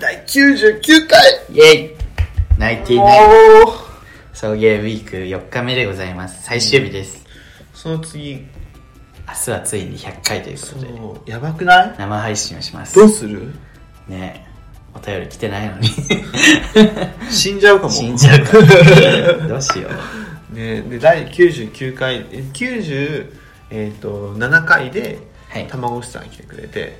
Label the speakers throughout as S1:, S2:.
S1: 第99回
S2: イェイナイティナイ
S1: おー
S2: 送迎ウィーク4日目でございます。最終日です。
S1: その次、
S2: 明日はついに100回というこ
S1: そ
S2: とで、
S1: う、やばくない
S2: 生配信をします
S1: ど。うする
S2: ねえお便り来てない のに。
S1: 死んじゃうかも。
S2: 死んじゃうから。どうしよ う。
S1: ね、で、第99回、え90、えっ、と、7回で、
S2: はい
S1: たまごしさん来てくれて、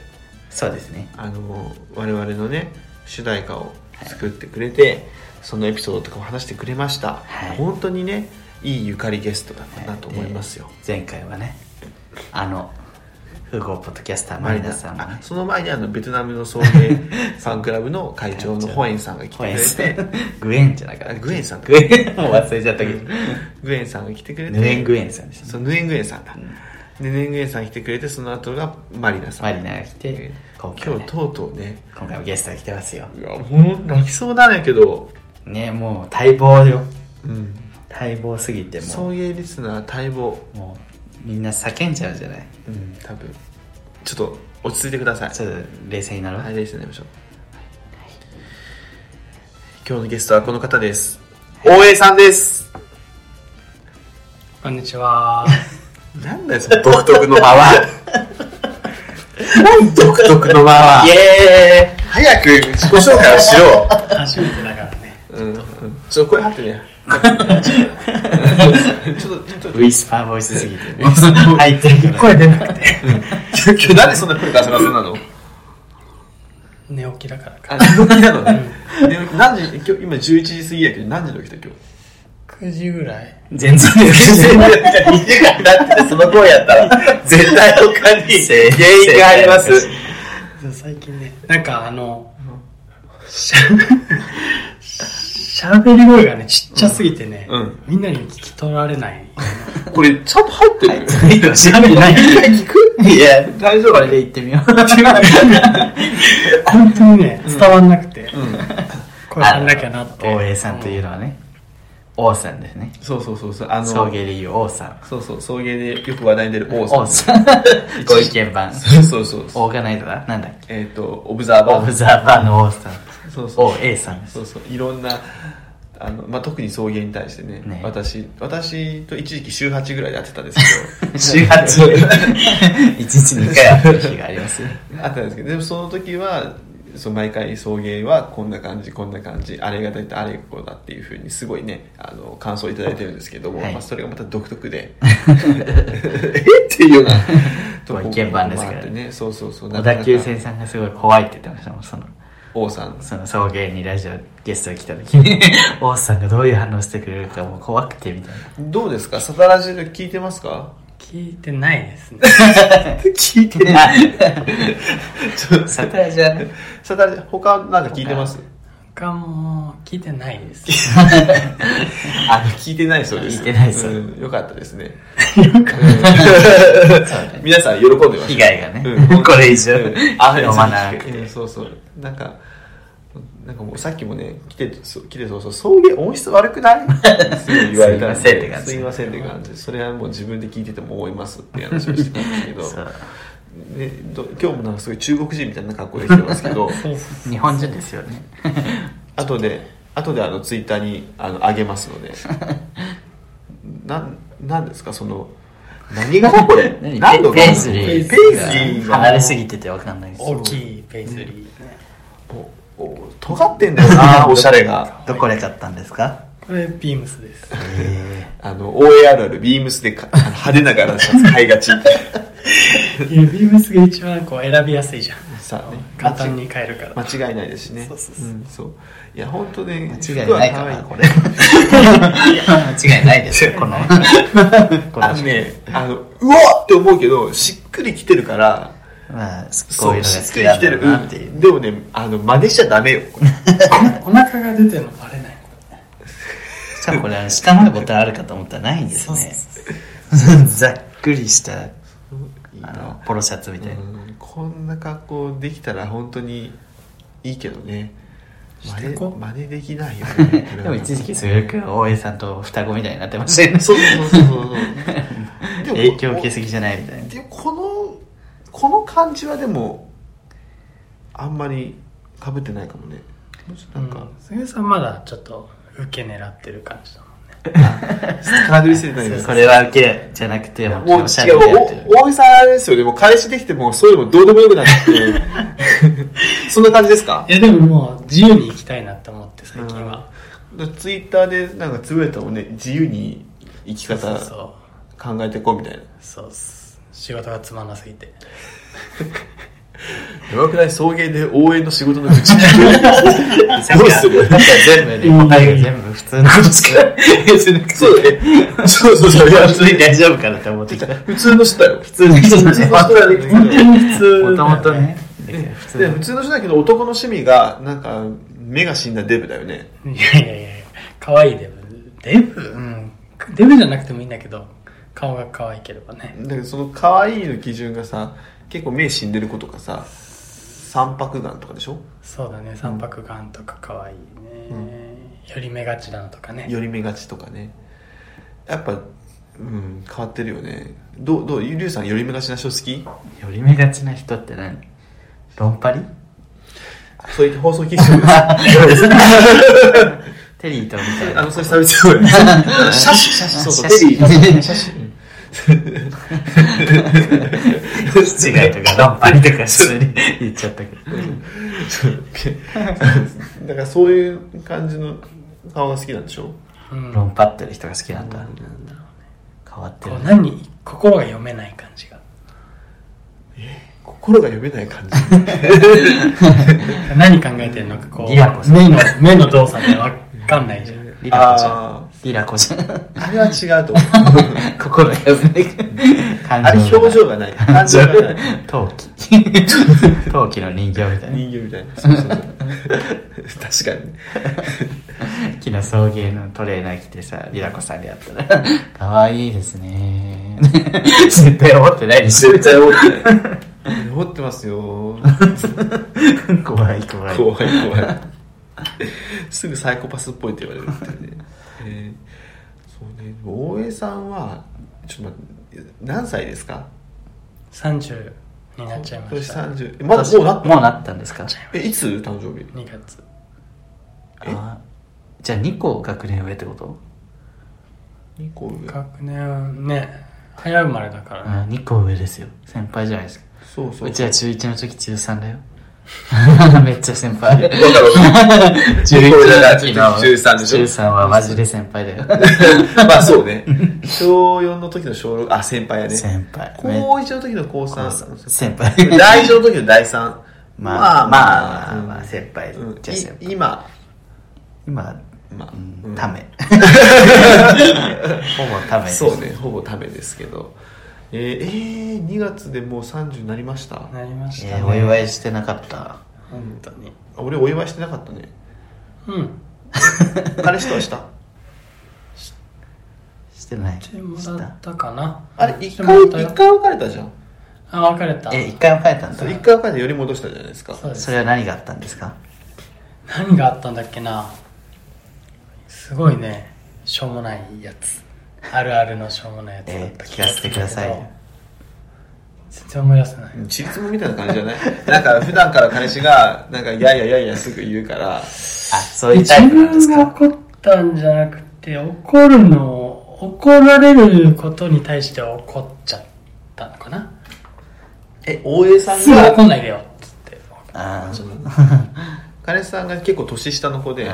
S2: そうですね。
S1: あの、我々のね、主題歌を作ってくれて、そのエピソードとかも話してくれました。
S2: はい
S1: 本当にね、いいゆかりゲストだったなと思いますよ。
S2: で前回はね、あの、富豪ポッドキャスター
S1: マ
S2: マ
S1: リ
S2: リ
S1: ナ
S2: ナ
S1: さ
S2: さ
S1: ん
S2: ん
S1: も
S2: も
S1: ね
S2: ね
S1: あ、その前にあのベトナムの送 迎ファンクラブの会長のホエンさんが来てく
S2: ホ
S1: れ
S2: エンさ
S1: て
S2: んグエンじゃなかった。
S1: あグエンさんだ
S2: グエン、もう忘れちゃったけど。
S1: グエンさんが来てくれて
S2: ヌエングエンさんですね。
S1: そうヌエングエンさんだ、でヌエングエンさん来てくれてその後がマリナさん
S2: マリナが来て、今回,、
S1: 今日とうとうね
S2: 今回もゲストが来てますよ。
S1: いやもう泣きそうなんやけど、
S2: ねもう待望よ。
S1: うん、
S2: 待望すぎても
S1: 送迎リスナー待望
S2: うもうみんな叫んじゃうじゃない
S1: うん多分ちょっと落ち着いてください
S2: ちょっと冷静になろう、
S1: はいレースになりましょう今日のゲストはこの方です大江さんです
S3: こんにちは。
S1: なんだよ、その 独特の間は。何独特の間
S2: イ
S1: は。
S2: エ
S1: 早く自己紹介をしろ。
S3: 初めてだからね。
S1: うん。ちょっと声張ってね。ちょっと、ちょっと
S2: ーイウィスパーボイス すぎてね入ってるけど
S3: 声出なくて。
S1: 今日なんでそんな声出せませんなの
S3: 寝起きだからか。
S1: あ、寝起きなのね。寝起き何時、今日、今11時過ぎやけど、何時に起きた今
S3: 9時ぐらい。
S2: 全然全 然2時間だってその声やったら絶対他に原
S1: 因があります
S3: 最近ね、なんかあの、しゃ、しゃべり声がね、ちっちゃすぎてね、
S1: うんうん
S3: みんなに聞き取られない。
S1: 日。これ、ちゃんと入ってる
S2: しゃべりない聞くいや大丈夫あれで行ってみよう
S3: 本当にね、伝わんなくて、
S1: うん。
S3: 声張んなきゃなって。
S2: 大江さんというのはね王さんですね
S1: そうそうそうそう。あの、
S2: 送迎理由王さん
S1: そうそう、送迎でよく話題に出る王さん。
S2: 王さん ご意見番
S1: そうそうそう。
S2: オーガナイザーなんだっけ
S1: えっと、オブザー
S2: オ
S1: バ
S2: ブ
S1: ー。
S2: ザーバーの王さん
S1: そうそう。
S2: 王 A さんです
S1: そうそういろんなあの、まあ、特に送迎に対してね
S2: ね
S1: 私私と一時期週8ぐらいでやってたんですけど
S2: 週 発一日2回あった日がありますよ
S1: あったんですけどでもその時はそう毎回送迎はこんな感じこんな感じあれが出たあれがこうだっていうふうにすごいねあの感想をいただいてるんですけども、
S2: はい
S1: まあ、それがまた独特で えっていうような
S2: ご意見番ですか
S1: ところもあっ
S2: ら
S1: てねそうそうそう
S2: 小田急
S1: なかな
S2: 線さんがすごい怖いって言ってましたもんその
S1: か王さん
S2: その送迎にラジオゲストが来た時 に王さんがどういう反応してくれるかもう怖くてみたいな
S1: どうですかサタラジで聞いてますか
S3: 聞いてないですね。
S2: 聞いてない サタラジはね
S1: サタラジ他なんか聞いてます
S3: 他も聞いてないです。
S1: あの、聞いてないそうです。
S2: 聞いてないそう
S1: うんよかったですね。
S2: そうね
S1: 皆さん喜んでました。
S2: 被害がね
S1: うん
S2: これ以上
S1: うん
S2: 飲まなくて
S1: うんそうそう。なんか、なんかもうさっきもね、来て、そう来てそうそう、送迎音質悪くないすごい言われたんで
S2: すいませんって感じ
S1: すいませんって感じ。それはもう自分で聞いてても思いますって話をしてたんですけど。
S2: そう
S1: ね、ど今日もなんかすごい中国人みたいな格好で来てますけ ど、
S2: 日本人ですよね
S1: 後で後であのツイッターにあの上げます のでなんなんですかその何がこれ
S2: 何
S1: 何の
S2: ペペイズリ
S1: ペイズリ
S2: ー
S1: ー
S2: が
S1: が
S2: 離れすぎててわかんないです
S3: 大きいペイズリー。
S1: おお尖ってんだよ なおしゃれが
S2: どこで買ったんですか
S3: これ、ビームスです。
S1: あの OARR ビームスでか派手な柄のシャツ買い がち
S3: いやビームスが一番こう選びやすいじゃん。
S1: さあね
S3: 簡単に買えるから。
S1: 間違いないですしね
S3: そうそうそうん
S1: そういや本当ね
S2: 間違いない
S1: 服
S2: か
S1: は
S2: な
S1: 可愛
S2: これ間違いないですよこのこ
S1: あ
S2: の
S1: のねあのうわっって思うけどしっくりきてるから
S2: まあこう
S1: そ
S2: いう
S1: う
S2: のが
S1: し
S2: 好
S1: っく
S2: き
S1: り
S2: な
S1: き
S2: ん
S1: て
S2: だ
S1: る
S2: ろうなっていう
S1: うんでもねあの真似しちゃダメ よこれ
S3: お腹が出てるのバレない。
S2: しかもこれあの下までボタンあるかと思ったらないんですねざっくりした
S1: いい
S2: あ
S1: な
S2: のポロシャツみたいな、
S1: うんこんな格好できたら本当にいいけどね真
S3: して
S1: 似
S3: こ
S1: 真 似できないよね
S2: でも一時期すごく大江さんと双子みたいになってましたよね
S1: そうそうそうそうそうでも
S2: 影響受けすぎじゃないみたいな
S1: でもこのこの感じはでもあんまり食べてないかもねもうちょっとなんか、
S3: 杉江さんまだちょっと受け狙ってる感じだもんね
S1: カードリストないです
S2: これは受けじゃなくて、も
S1: もう
S2: う、おしゃれでやって
S1: 違う
S2: る。
S1: お大げさですよねもう彼氏できてもそういうのどうでもよくなって そんな感じですか
S3: いやでももう自由に行きたいなって思って最近は、
S1: ツイッターでなんかつぶやいたもんね自由に生き
S3: そう
S1: 方
S3: そう
S1: 考えていこうみたいな
S3: そうっす仕事がつまんなすぎて
S1: やばくない送迎で応援の仕事の愚痴どうする
S2: だから全部ね、答えが全部普通のことしか
S1: そうだねそうそうそういや
S2: 普通に大丈夫かなって思ってきた。
S1: 普通の人だよ
S2: 普通の人
S1: 普通の人はできてる
S3: 普通
S2: もともとね。だけど普通
S1: で
S2: の
S1: 普通の人だけど男の趣味がなんか目が死んだデブだよね
S3: いやいやいや可愛いデブデブうんデブじゃなくてもいいんだけど顔が可愛ければね
S1: だけどその可愛いの基準がさ結構目死んでる子とかさ三白眼とかでしょ
S3: そうだね三白眼とか可愛いね、より目がちだのとかね
S1: 寄り目がちとかねやっぱうん変わってるよねどうどうゆりゅうさん寄り目がちな人好き
S2: 寄り目がちな人って何論パリ
S1: そういう放送禁止用語です
S2: テリーとみたい
S1: あ
S2: な。
S1: のそれ差別用語シャシシャシそうそうテリー
S2: ー。写真。違いとか、論パリとか普通に言っちゃったけど。
S1: だからそういう感じの顔が好きなんでしょ
S3: うん
S2: 論パってる人が好きなんだ。変わって
S3: こ
S2: るね。
S3: う何心が読めない感じが
S1: 心が読めない感じ
S3: 何考えてるのかこう
S2: リラコさん
S3: 目の目の動作で分かんないじゃん
S2: リラコちゃん。
S1: あ
S2: リラコちゃん。
S1: ああれは違うと思う
S2: 心が読めない感
S1: あれ表情がない感情がない
S2: 陶器陶器の人形みたいな
S1: 人形みたいなそうそうそう確かに
S2: 木の送迎のトレーナー着てさりらこさんでやったら「 かわいいですね」 絶対思ってないでしょ
S1: 対思ってない思ってますよ
S2: 怖い怖い
S1: 怖い怖い すぐサイコパスっぽいって言われるっていう ね、えーそうね大江さんはちょっと待って何歳ですか
S3: 30になっちゃいま
S1: 今年
S3: した2
S1: 30えまだもうなった
S2: もうなったんですか
S1: えいつ誕生日
S3: 月
S1: え
S2: あじゃあ2個学年上ってこと、
S1: 2個上
S3: 学年ね早生まれだから
S2: う
S3: ね、
S2: ん、2個上ですよ先輩じゃないですか
S1: そうそう
S2: うちは中1の時中3だよ めっちゃ先輩
S1: だから
S2: 11の時の
S1: 中3でしょ
S2: 中3はマジで先輩だよ
S1: まあそうね小4の時の小6あ先輩やね
S2: 先輩
S1: 高1の時の高
S2: 高
S1: 3
S2: 三先輩
S1: 大1の時の大3
S2: まあまあ、
S1: うん
S2: まあ、先輩
S1: うん
S2: じゃあ先輩
S1: い今
S2: 今
S1: まあ
S2: うん
S1: うん
S2: ためほぼためです
S1: そうねほぼためですけどえー、えー、2月でもう30になりました、
S3: なりましたね、
S2: えーお祝いしてなかった
S3: 本当に
S1: 俺お祝いしてなかったね
S3: うん
S1: 彼氏とはした
S2: してない
S3: しても
S2: し
S3: ら
S2: た
S3: ったかな
S1: あれ
S3: し
S1: 一
S3: て
S1: 回
S3: もらっ
S1: 一
S3: たよ
S1: 回別れたじゃん
S3: あ別れた
S2: え一回も帰ったん
S1: そう一
S2: だ
S1: 回別れてより戻したじゃないですか
S3: そうです
S2: それは何があったんですか
S3: 何があったんだっけなすごいねしょうもないやつあるあるのしょうもないやつだっ
S2: えー
S3: た
S2: 聞かせてくださいよ
S3: 全然思い出せない
S1: ちりつもみたいな感じじゃない なんか普段から彼氏がなんかやいやいやいやすぐ言うから
S2: あそういうタイプなんです
S3: 自分
S2: か
S3: が怒ったんじゃなくて怒るの怒られることに対して怒っちゃったのかな
S1: え大江さん
S3: すぐ怒
S1: が
S3: んないでよっつって
S2: あー
S1: 彼氏さんが結構年下の子で、
S2: うん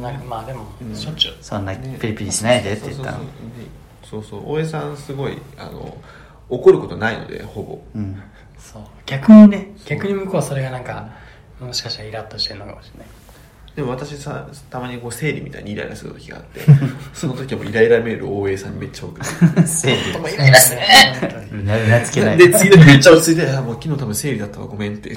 S3: なんかまあでも
S1: うん
S3: しょっちゅう
S2: そんな
S1: ね
S2: ピリピリしないでって言ったの
S1: そうそうそうそうそう大江さんすごいあの怒ることないのでほぼ
S2: うん
S3: そう逆にね逆に向こうはそれがなんかもしかしたらイラッとしてるのかもしれない
S1: でも私さたまにこう生理みたいにイライラする時があ ってその時はもうイライラメールを大江さんにめっちゃ送る
S2: 整
S1: もイ
S2: 理
S1: ライラする
S2: うなうなつけない
S1: で次の日めっちゃ落ち着いて「あもう昨日多分生理だったわごめん」って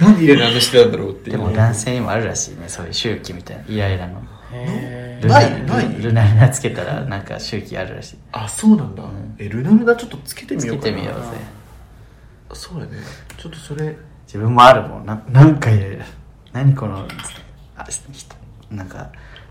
S1: なんでイライラあんなしてたんだろうっていう
S2: でも男性にもあるらしいねそういう周期みたいなイライラの
S3: へ
S2: ル
S3: え
S2: ナ
S1: ないない
S2: ルナルナつけたらなんか周期あるらしい
S1: あそうなんだ、えルナルナちょっとつけてみ
S2: つ
S1: よ
S2: け
S1: うか
S2: て
S1: な
S2: みようぜ
S1: そうやねちょっとそれ
S2: 自分もあるもんななんかイライラ何このあ人なんか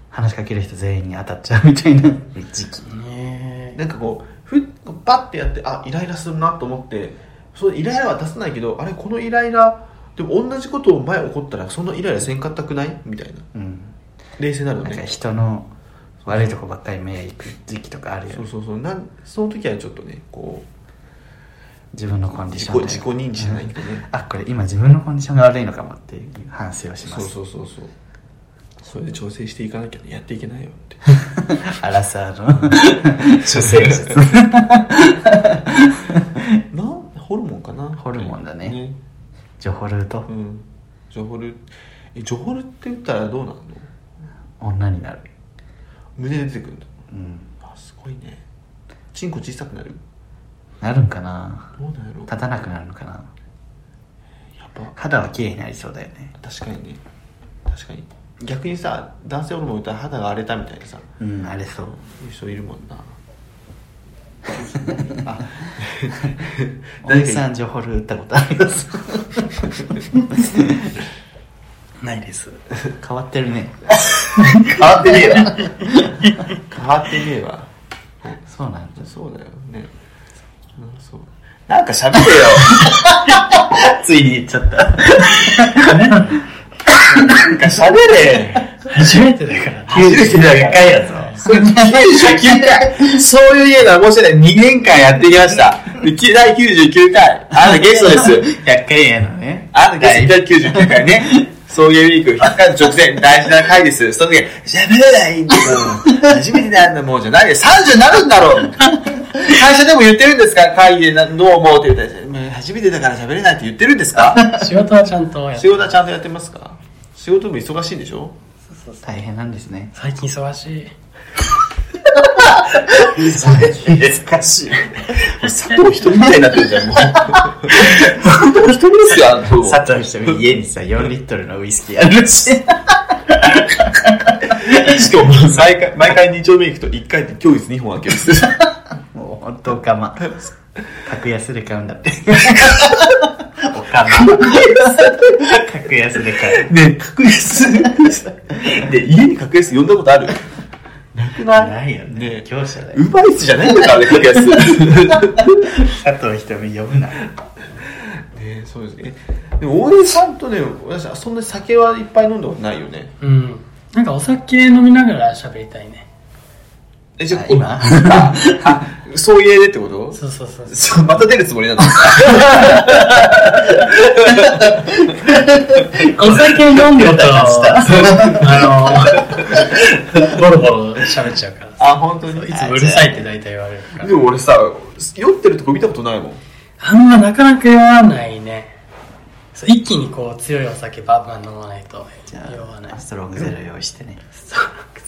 S2: 話しかける人全員に当たっちゃうみたいな時期
S3: ね
S1: なんかこうふパッてやってあイライラするなと思ってそのイライラは出さないけどあれこのイライラでも同じことを前起こったらそんなイライラせんかったくないみたいな
S2: うん
S1: 冷静になるの
S2: なんか
S1: ね
S2: 人の悪いとこばっかり目行く時期とかあるよ
S1: そう
S2: ね
S1: そうそうなんその時はちょっとねこ
S2: 自分のコ
S1: う
S2: ンディ
S1: 自
S2: ション
S1: 己自己認知じゃないけ
S2: か
S1: どね、
S2: あこれ今自分のコンディションが悪いのかもっていう反省をしま
S1: そう
S2: す
S1: そうそうそうそれで調整していかなきゃやっていけないよっ て
S2: アラサー の女性術
S1: なんホルモンかな
S2: ホルモンだねジョホルート
S1: うんジョホルえジョホルって言ったらどうなんの
S2: 女になる
S1: 胸で出てくるんだ
S2: うん
S1: あすごいねチンコ小さくなる
S2: なるんかな
S1: どうなんやろ
S2: 立たなくなるのかな
S1: やっぱ
S2: 肌は綺麗になりそうだよね
S1: 確かにね確かに逆にさ男性ホルモン打ったら肌が荒れたみたいなさ
S2: うんあれそう
S1: いう人いるもんな あ
S2: おじさんジョホル打ったことあります
S3: ないです
S2: 変わってるね変わってねえわ
S1: 変わってねえわ
S2: そうなんだ
S1: そうだよねうんそう
S2: なんか喋れよついに言っちゃったなんか喋れ
S3: 初めてだからね
S2: 九州ではかいやぞ。それ九99回。そういう家のは面白い。2年間やってきました。でき第99回。あなたゲストです。100回やのね。あなたゲスト99回ね。送迎ウィーク100回の直前、大事な回です。その時、喋れないんだよ。初めてなんだもんじゃないで、30になるんだろう。会社でも言ってるんですか会議でなどう思うって言ったらまあ、初めてだから喋れないって言ってるんですか
S3: 仕事はちゃんとやっ
S1: 仕事はちゃんとやってますか仕事も忙しいんでしょ
S2: 大変なんですね。
S3: 最近忙しい
S2: 難しい。佐藤人みたいになってるじゃん、もう。佐藤人ですよ、佐藤人家にさ、4リットルのウイスキーある し。
S1: しかも毎回毎回2丁目行くと1回って今日いつ2本開けます
S2: もう、ほんとおかま。格安で買うんだって。おかま。格安で買う。
S1: ね格安で家に格安呼んだことあるなくない
S2: ないよね
S1: ね。
S2: 業者だよ。
S1: ウバイスじゃないんだからね格安
S2: 佐藤瞳呼ぶな。
S1: ねそうですねでも大江さんとね私はそんなに酒はいっぱい飲んだことないよね
S3: うんなんかお酒飲みながら喋りたいね
S1: えじ
S2: あ今
S1: あ あそういう絵でってこと
S3: そうそうそう
S1: そうまた出るつもりなの
S3: お酒飲んでるとあのボロボロ喋っちゃうから
S1: あ本当 に
S3: いつもうるさいって大体言われるから
S1: でも俺さ酔ってるとこ見たことないもん
S3: あんまなかなか酔わないねそう一気にこう強いお酒バンバン飲まないと
S2: じ
S3: 酔
S2: ゃ
S3: わない
S2: あ、ストロングゼロ用意してね。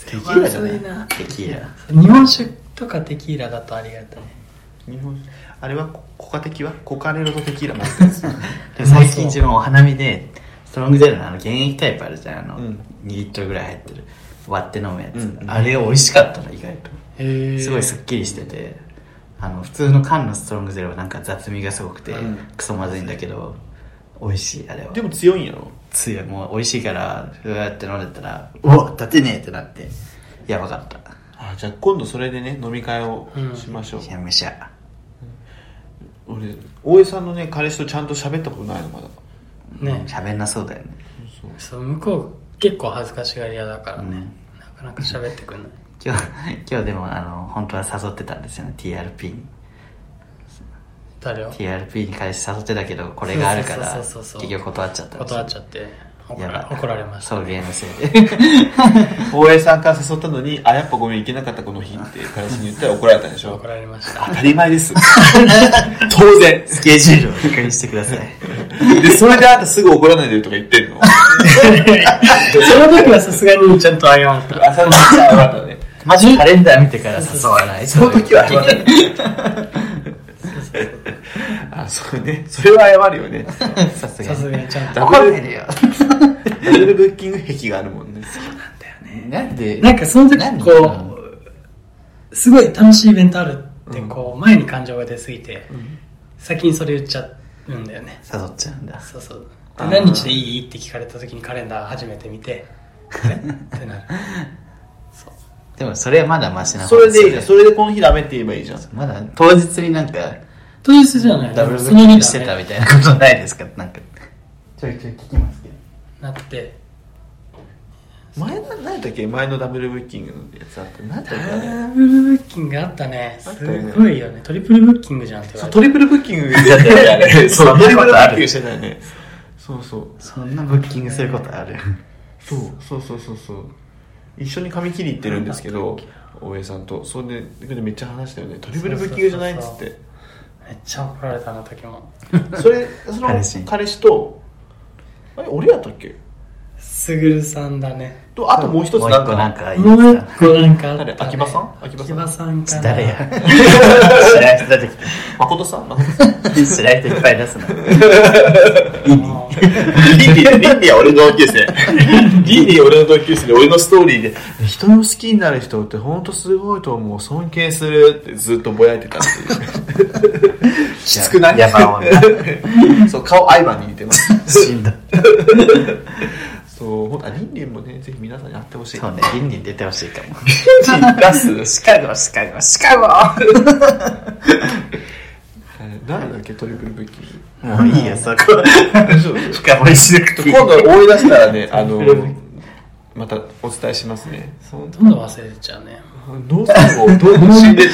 S3: テ
S2: テキーラじゃない
S3: な
S2: テキーラ。
S3: 日本酒とかテキーラだとありがたい
S1: 日本酒あれはココカテキはコカレロとテキーラ持ってるや つ
S2: でも最近自分お花見でストロングゼロのあの原液タイプあるじゃんあの、
S1: うん
S2: 2リットルぐらい入ってる割って飲むやつ、
S1: うん
S2: あれ美味しかったの意外と
S3: へ
S2: すごいすっきりしててあの普通の缶のストロングゼロはなんか雑味がすごくて、
S1: うん
S2: クソまずいんだけど美味しいあれは
S1: でも強いんやろ
S2: 強いもう美味しいからふわって飲んでたらうわ立てねえってなってやばかった
S1: あじゃあ今度それでね飲み会をしましょう
S2: む、しゃむしゃ
S1: 俺大江さんのね彼氏とちゃんと喋ったことないのまだ
S3: ね
S2: 喋んなそうだよね
S1: そう
S3: そう向こう結構恥ずかしがり屋だからね、
S2: うん
S3: なかなか喋ってくんない
S2: 今日 今日でもあの本当は誘ってたんですよね TRP に
S3: 誰を
S2: TRP に彼氏誘ってたけどこれがあるから
S3: そうそうそう
S2: 結
S3: そう
S2: 局断っちゃった
S3: 断っち
S2: ゃ
S3: ゃって
S2: っ
S3: 怒ら怒られました
S2: そうゲーム性で
S1: 大江さんから誘ったのに「あやっぱごめん行けなかったこの日」って彼氏に言ったら 怒られたんでしょ
S3: 怒られました
S1: 当たり前です 当然
S2: スケジュールを確認してくだ さ い
S1: でそれであんたすぐ怒らないでよとか言ってん の
S3: その時はさすがにちゃんと謝った
S1: 朝の時はかったね
S2: マジカレンダー見てから誘わない
S1: その時は謝
S2: そういう
S1: るあそうねそれは謝るよね
S2: 時さすが
S3: さすがにちゃんと
S1: ダ
S2: 怒
S1: ブ
S2: ら
S1: ル
S2: れる よ
S1: ダブルブッキング癖があるもんね
S2: なんで
S3: なんかその時
S2: 何
S3: こうすごい楽しいイベントあるってこう、前に感情が出すぎて、先にそれ言っちゃうんだよね
S2: 誘っちゃうんだ
S3: そうそう
S1: あー
S3: で何日でいいって聞かれた時にカレンダー初めて見てえってなる
S2: でもそれはまだマシな
S1: それでいいじゃんそれでこの日ダメって言えばいいじゃん
S2: まだ当日になんか
S3: 当日じゃない
S2: ダブルブ
S3: その
S2: ッキン
S3: 日
S2: グして
S3: だ
S2: た
S3: ね
S2: みたいなことないですかなんかち
S4: ちょいちょい聞きますけど
S3: なって
S1: 前な何やったっけ前のダブルブッキングのやつあった何やったっけあれ
S3: ダブルブッキングあったね
S1: あっ
S3: す
S1: たよね
S3: ごいよねトリプルブッキングじゃんって言
S1: そ
S3: わ
S1: う
S3: れ
S1: トリ
S3: て
S1: プルブッキングやった
S2: たよねあれ
S1: そう
S2: そん
S1: ト
S2: な
S1: リプ
S2: こ
S1: ルブ
S2: と
S1: ッ
S2: あ
S1: キン
S2: る
S1: グしてたよ ねそうそう
S4: そんなブッキングすることある
S1: そうそうそうそうそう一緒に髪切り行ってるんですけど大江さんとそれででめっちゃ話したよねトリプルブッキングじゃないっつって
S3: めっちゃ怒られたあの時も
S1: それその
S2: 彼氏
S1: 彼氏とあれ俺やったっけ
S3: すぐるさんだね
S1: とあともう一つ
S2: もう
S1: な
S2: 一
S1: ん
S2: 個
S1: か
S2: なんかいい
S3: もう
S2: や
S3: 一個なんかあった、
S1: 誰
S3: ね、
S1: 秋葉さん秋
S3: 秋
S1: 葉さん
S3: 葉さんか
S2: つ
S3: な
S2: 誰や知らん人だけ
S1: 誠さん誠さん
S2: 知らん人いっぱい出すな
S3: もう
S2: リンディ、リンディは俺の同級生。リンディは俺の同級生で、俺のストーリーで、
S1: 人を好きになる人って本当すごいと思う尊敬するってずっとぼやいてたって
S2: き
S1: つくない
S2: 山をね、
S1: いうそう顔相まに似てます
S2: 死んだ。
S1: そうほんとありんりんもねぜひ皆さんに会ってほしい
S2: そうね、リンディ出てほしいかも。出すシカゴ、シカゴ、シカ
S1: はい誰だっけトリプルブッキング
S2: ゴもういいよ、そこ。
S1: 大丈夫
S2: 深掘りしなくていい。
S1: 今度追い出したらねあの
S2: トリプルブッキ
S1: またお伝えしますねそう
S3: どんどん忘れちゃうね
S1: どうするのどう死んでる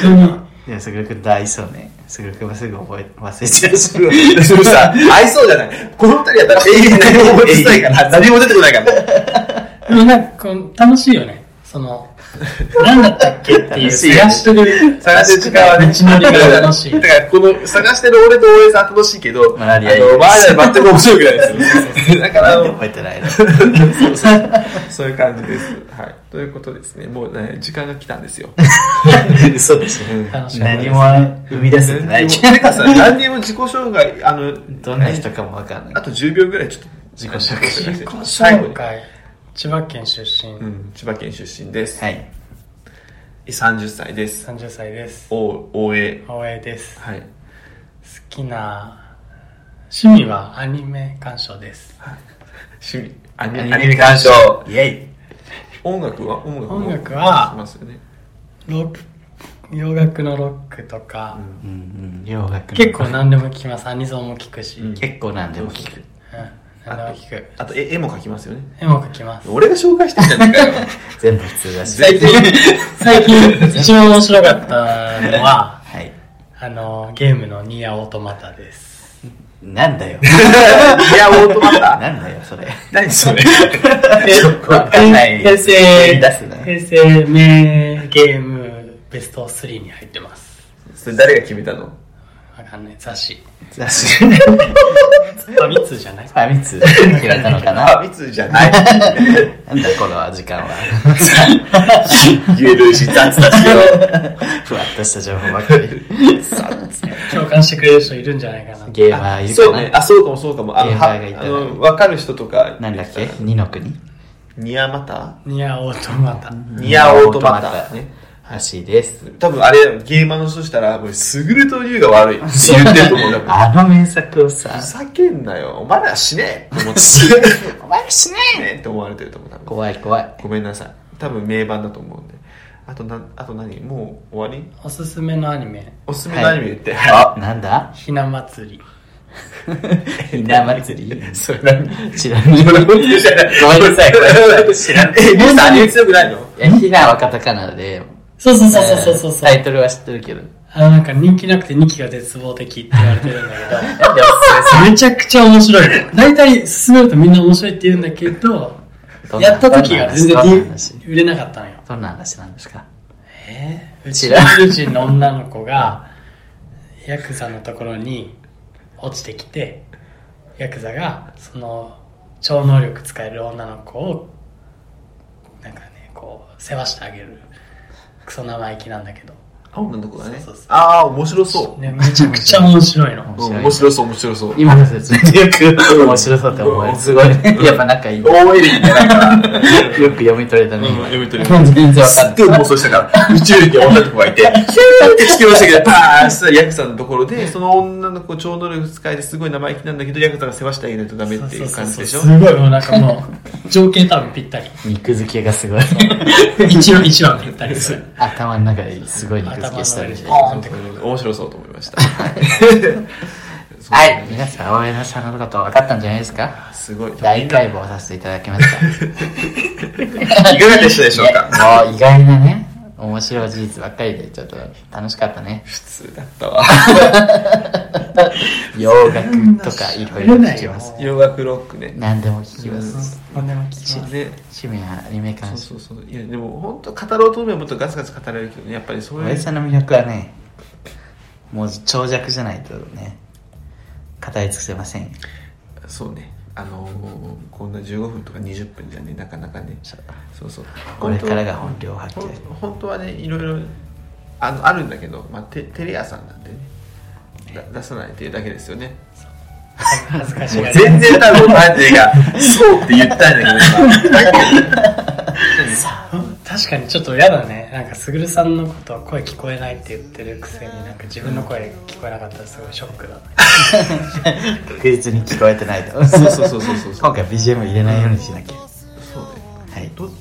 S2: いや、すぐるくん大そうね。すぐるくんはすぐ覚え、忘れちゃうし。
S1: それさ合いそうじゃないこの二人やったら永遠に覚えてたいから何も出てこないから
S3: でもなんかこう楽しいよねその 何だったっけっていう
S2: 楽 しいよね
S3: 探してる
S2: 探してる時間はね
S3: 道のりが楽しい
S1: だからこの探してる俺と大江さん楽しいけど
S2: 周り
S1: あ
S2: はいい
S1: の周りは全く面白くないですよだからあ
S2: なんで
S1: の
S2: 覚えてないの
S1: そうそう そういう感じですはいということですねもうね時間が来たんですよ
S2: そうです
S1: う
S2: ね。
S1: ん
S3: 楽しかった
S2: 何
S3: です
S2: も生み出せてない。
S1: 何に もさ何にも自己紹介あの
S2: どんな人かもわかんな
S1: あ
S2: い。
S1: と10秒ぐらいちょっと自己紹介
S3: 自己
S1: 最後に
S3: 紹介千葉県出身、
S1: うん、千葉県出身です、
S2: はい。
S1: 30歳です
S3: 30歳です
S1: お大江
S3: 大江です好
S1: はい
S3: きな趣味はアニメ鑑賞です
S1: 趣味アニ
S2: ア
S1: ア
S2: ニ
S1: ニ
S2: メ
S1: メ
S2: 鑑賞。イェイ。
S1: 音楽は音楽も
S3: 音楽は
S1: しますよね
S3: ロック洋楽のロックとか、
S2: うんうん、洋楽。
S3: 結構何でも聞きますアニソンも聞くし、
S1: う
S3: うんん、
S2: 結構なんでも聞く。
S3: 何でも聞く
S1: あと絵絵も描きますよね
S3: 絵も描きます
S1: 俺が紹介してんじゃねえ かよ
S2: 全部普通だし。
S1: 最近
S3: 最近一番面白かったのは
S2: はい。
S3: あのゲームの「ニアオートマタ」です
S2: なんだよ。
S1: いやオートマタ
S2: なんだよ、それ。
S1: 何それ
S2: わかんない。
S3: 平成
S2: 出すな。
S3: 平成名ゲームベスト3に入ってます
S1: それ誰が決めたの
S3: わかんない雑誌
S2: 出す。フ
S3: ファミ通じゃ ない
S2: ァミツ決めたのかな
S1: あ密じゃない
S2: なんだこの時間は。
S1: ゆるし雑だしよ
S2: ふわっとした情報ばっかり。
S3: 共感してくれる人いるんじゃないかな
S2: ゲーマーいる
S1: そう
S2: か
S1: ね
S2: な
S1: あそうかもそうかもあの
S2: ゲーマーがいた
S1: はあの分かる人とか
S2: なんだっけ二の国
S1: ニアマタ
S3: ニアオートマタ
S1: ニアオートマタね
S2: らしいです。
S1: 多分あれゲーマーの人したらもうすぐると龍が悪いって言ってると思う多分
S2: あの名作をさ
S1: ふ、ざけんなよお前ら死ねえって思って
S2: お前しね
S1: 死ねえって思われてると思う多分
S2: 怖い怖い。
S1: ごめんなさい多分名盤だと思うんであとなあと何もう終わり
S3: おすすめのアニメ
S1: おすすめのアニメ言って、
S2: あ、なんだ
S3: 「ひな祭り
S2: ひな祭り
S1: それ何
S2: 知らない。ごめん
S1: ごめんな
S2: なさい、ごめんなさい。知らない。
S1: え、リュウさんアニメ強くないの
S2: いや、ひなはカタカナで、」
S3: そうそうそうそうそうそう、
S2: タイトルは知ってるけど。
S3: あのなんか人気なくて2期が絶望的って言われてるんだけど
S2: でもそ
S3: めちゃくちゃ面白い。大体進めるとみんな面白いって言うんだけど、
S2: どんな
S3: やった時が全
S2: どんな
S3: 然
S2: 話
S3: 売れなかったのよ。
S2: れどんな話なんですか
S3: えう
S2: 知
S3: ち
S2: らん
S3: の人の女の子が、ヤクザのところに落ちてきて、ヤクザがその超能力使える女の子を、なんかね、こう、世話してあげる。クソ生意気なんだけど。
S1: 青のとこだね
S3: そうそうそう
S1: ああ面白そ
S3: ね、めちゃくちゃ面白いの。
S1: う、うん面白そう面白そう
S2: 今の説明よく面白そうって思える。すごいね。やっぱ仲いい。
S1: 大エリーじゃないから
S2: よく読み取れたね。
S1: うん読み取れ
S2: た。
S1: た
S2: 全然わ
S1: す
S2: かん
S1: っ
S2: ない。
S1: ごい妄想したから宇宙人に女の子がいてヒューって地球落ちてきてパーンしたらヤクザのところでその女の子超能力使いですごい生意気なんだけどヤクザが世話してあげないとダメっていう感じでしょ
S3: そうそうそうすごいもうなんかもう、情景多分ぴったり。
S2: 肉付けがすごい。
S3: 一応一番ぴったりする。
S2: 頭の中ですごい肉付けしたりして。
S3: 頭の上に
S1: 面白そうと思いました。
S5: はい
S2: 皆さん、大江さんのこと分かったんじゃないですか
S1: すごい
S2: 大解剖させていただきまし
S5: い
S2: た。
S5: かがでしたでしょうか
S2: もう意外なね、面白い事実ばっかりで、ちょっと楽しかったね。
S1: 普通だったわ
S2: 洋楽とかいろいろ聞きます。
S1: 洋楽ロックね
S2: 何でも聞きます。
S3: 何でも聞きます
S1: ね
S2: 趣味はアニメ
S1: そ
S2: 関
S1: う
S2: 心
S1: そうそういやでも本当語ろうと思えばもっとガツガツ語れるけどねやっぱりそう
S2: お
S1: い
S2: や
S1: う
S2: じさんの魅力はね、もう長尺じゃないとね、語り尽くせませんよ。
S1: そうねあのーこんな15分とか20分じゃねなかなかねそうそう
S2: これからが本領発揮
S1: 本当本当はねいろいろあのあるんだけど、まあ、てテレ屋さんなんでねだ出さないっていうだけですよね
S3: 恥ずかし
S5: も
S3: いうがり
S5: 全然多分なんていうかそうって言ったんだけど
S3: 確かにちょっと嫌だねなんかすぐるさんのことは声聞こえないって言ってるくせになんか自分の声聞こえなかったらすごいショックだ
S2: 確実に聞こえてないと。
S1: そうそうそうそうそう
S2: 今回 BGM 入れないようにしなきゃ。は
S1: そうね
S2: い。
S1: どそ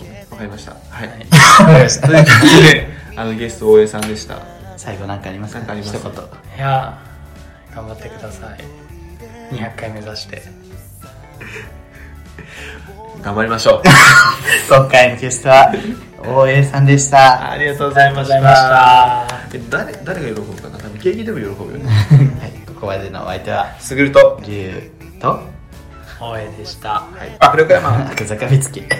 S1: うねわかりましたはい、
S2: わかりました
S1: ということであのゲスト大江さんでした
S2: 最後なんかあります
S1: なんか
S2: か
S1: あります
S2: 一言。
S3: いや頑張ってください200回目指して
S1: 頑張りましょう
S2: 今回のゲストは、大江さんでした。
S1: ありがとうございました
S3: た
S1: え誰誰が喜ぶかな多分景気でも喜ぶよね
S2: はい、ここまでのお相手は、
S5: すぐると
S2: 龍と、
S3: 応援でした
S5: あ黒山
S2: 赤坂美月。
S6: 君に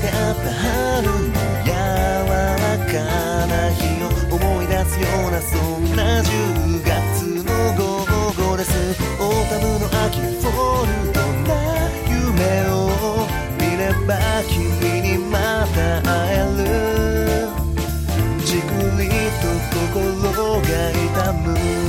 S6: 出会った春の柔らかな日を思い出すようなそんな10月の午後ですオータムの秋フォルトな夢を見れば君にまた会えるじくりと心が痛む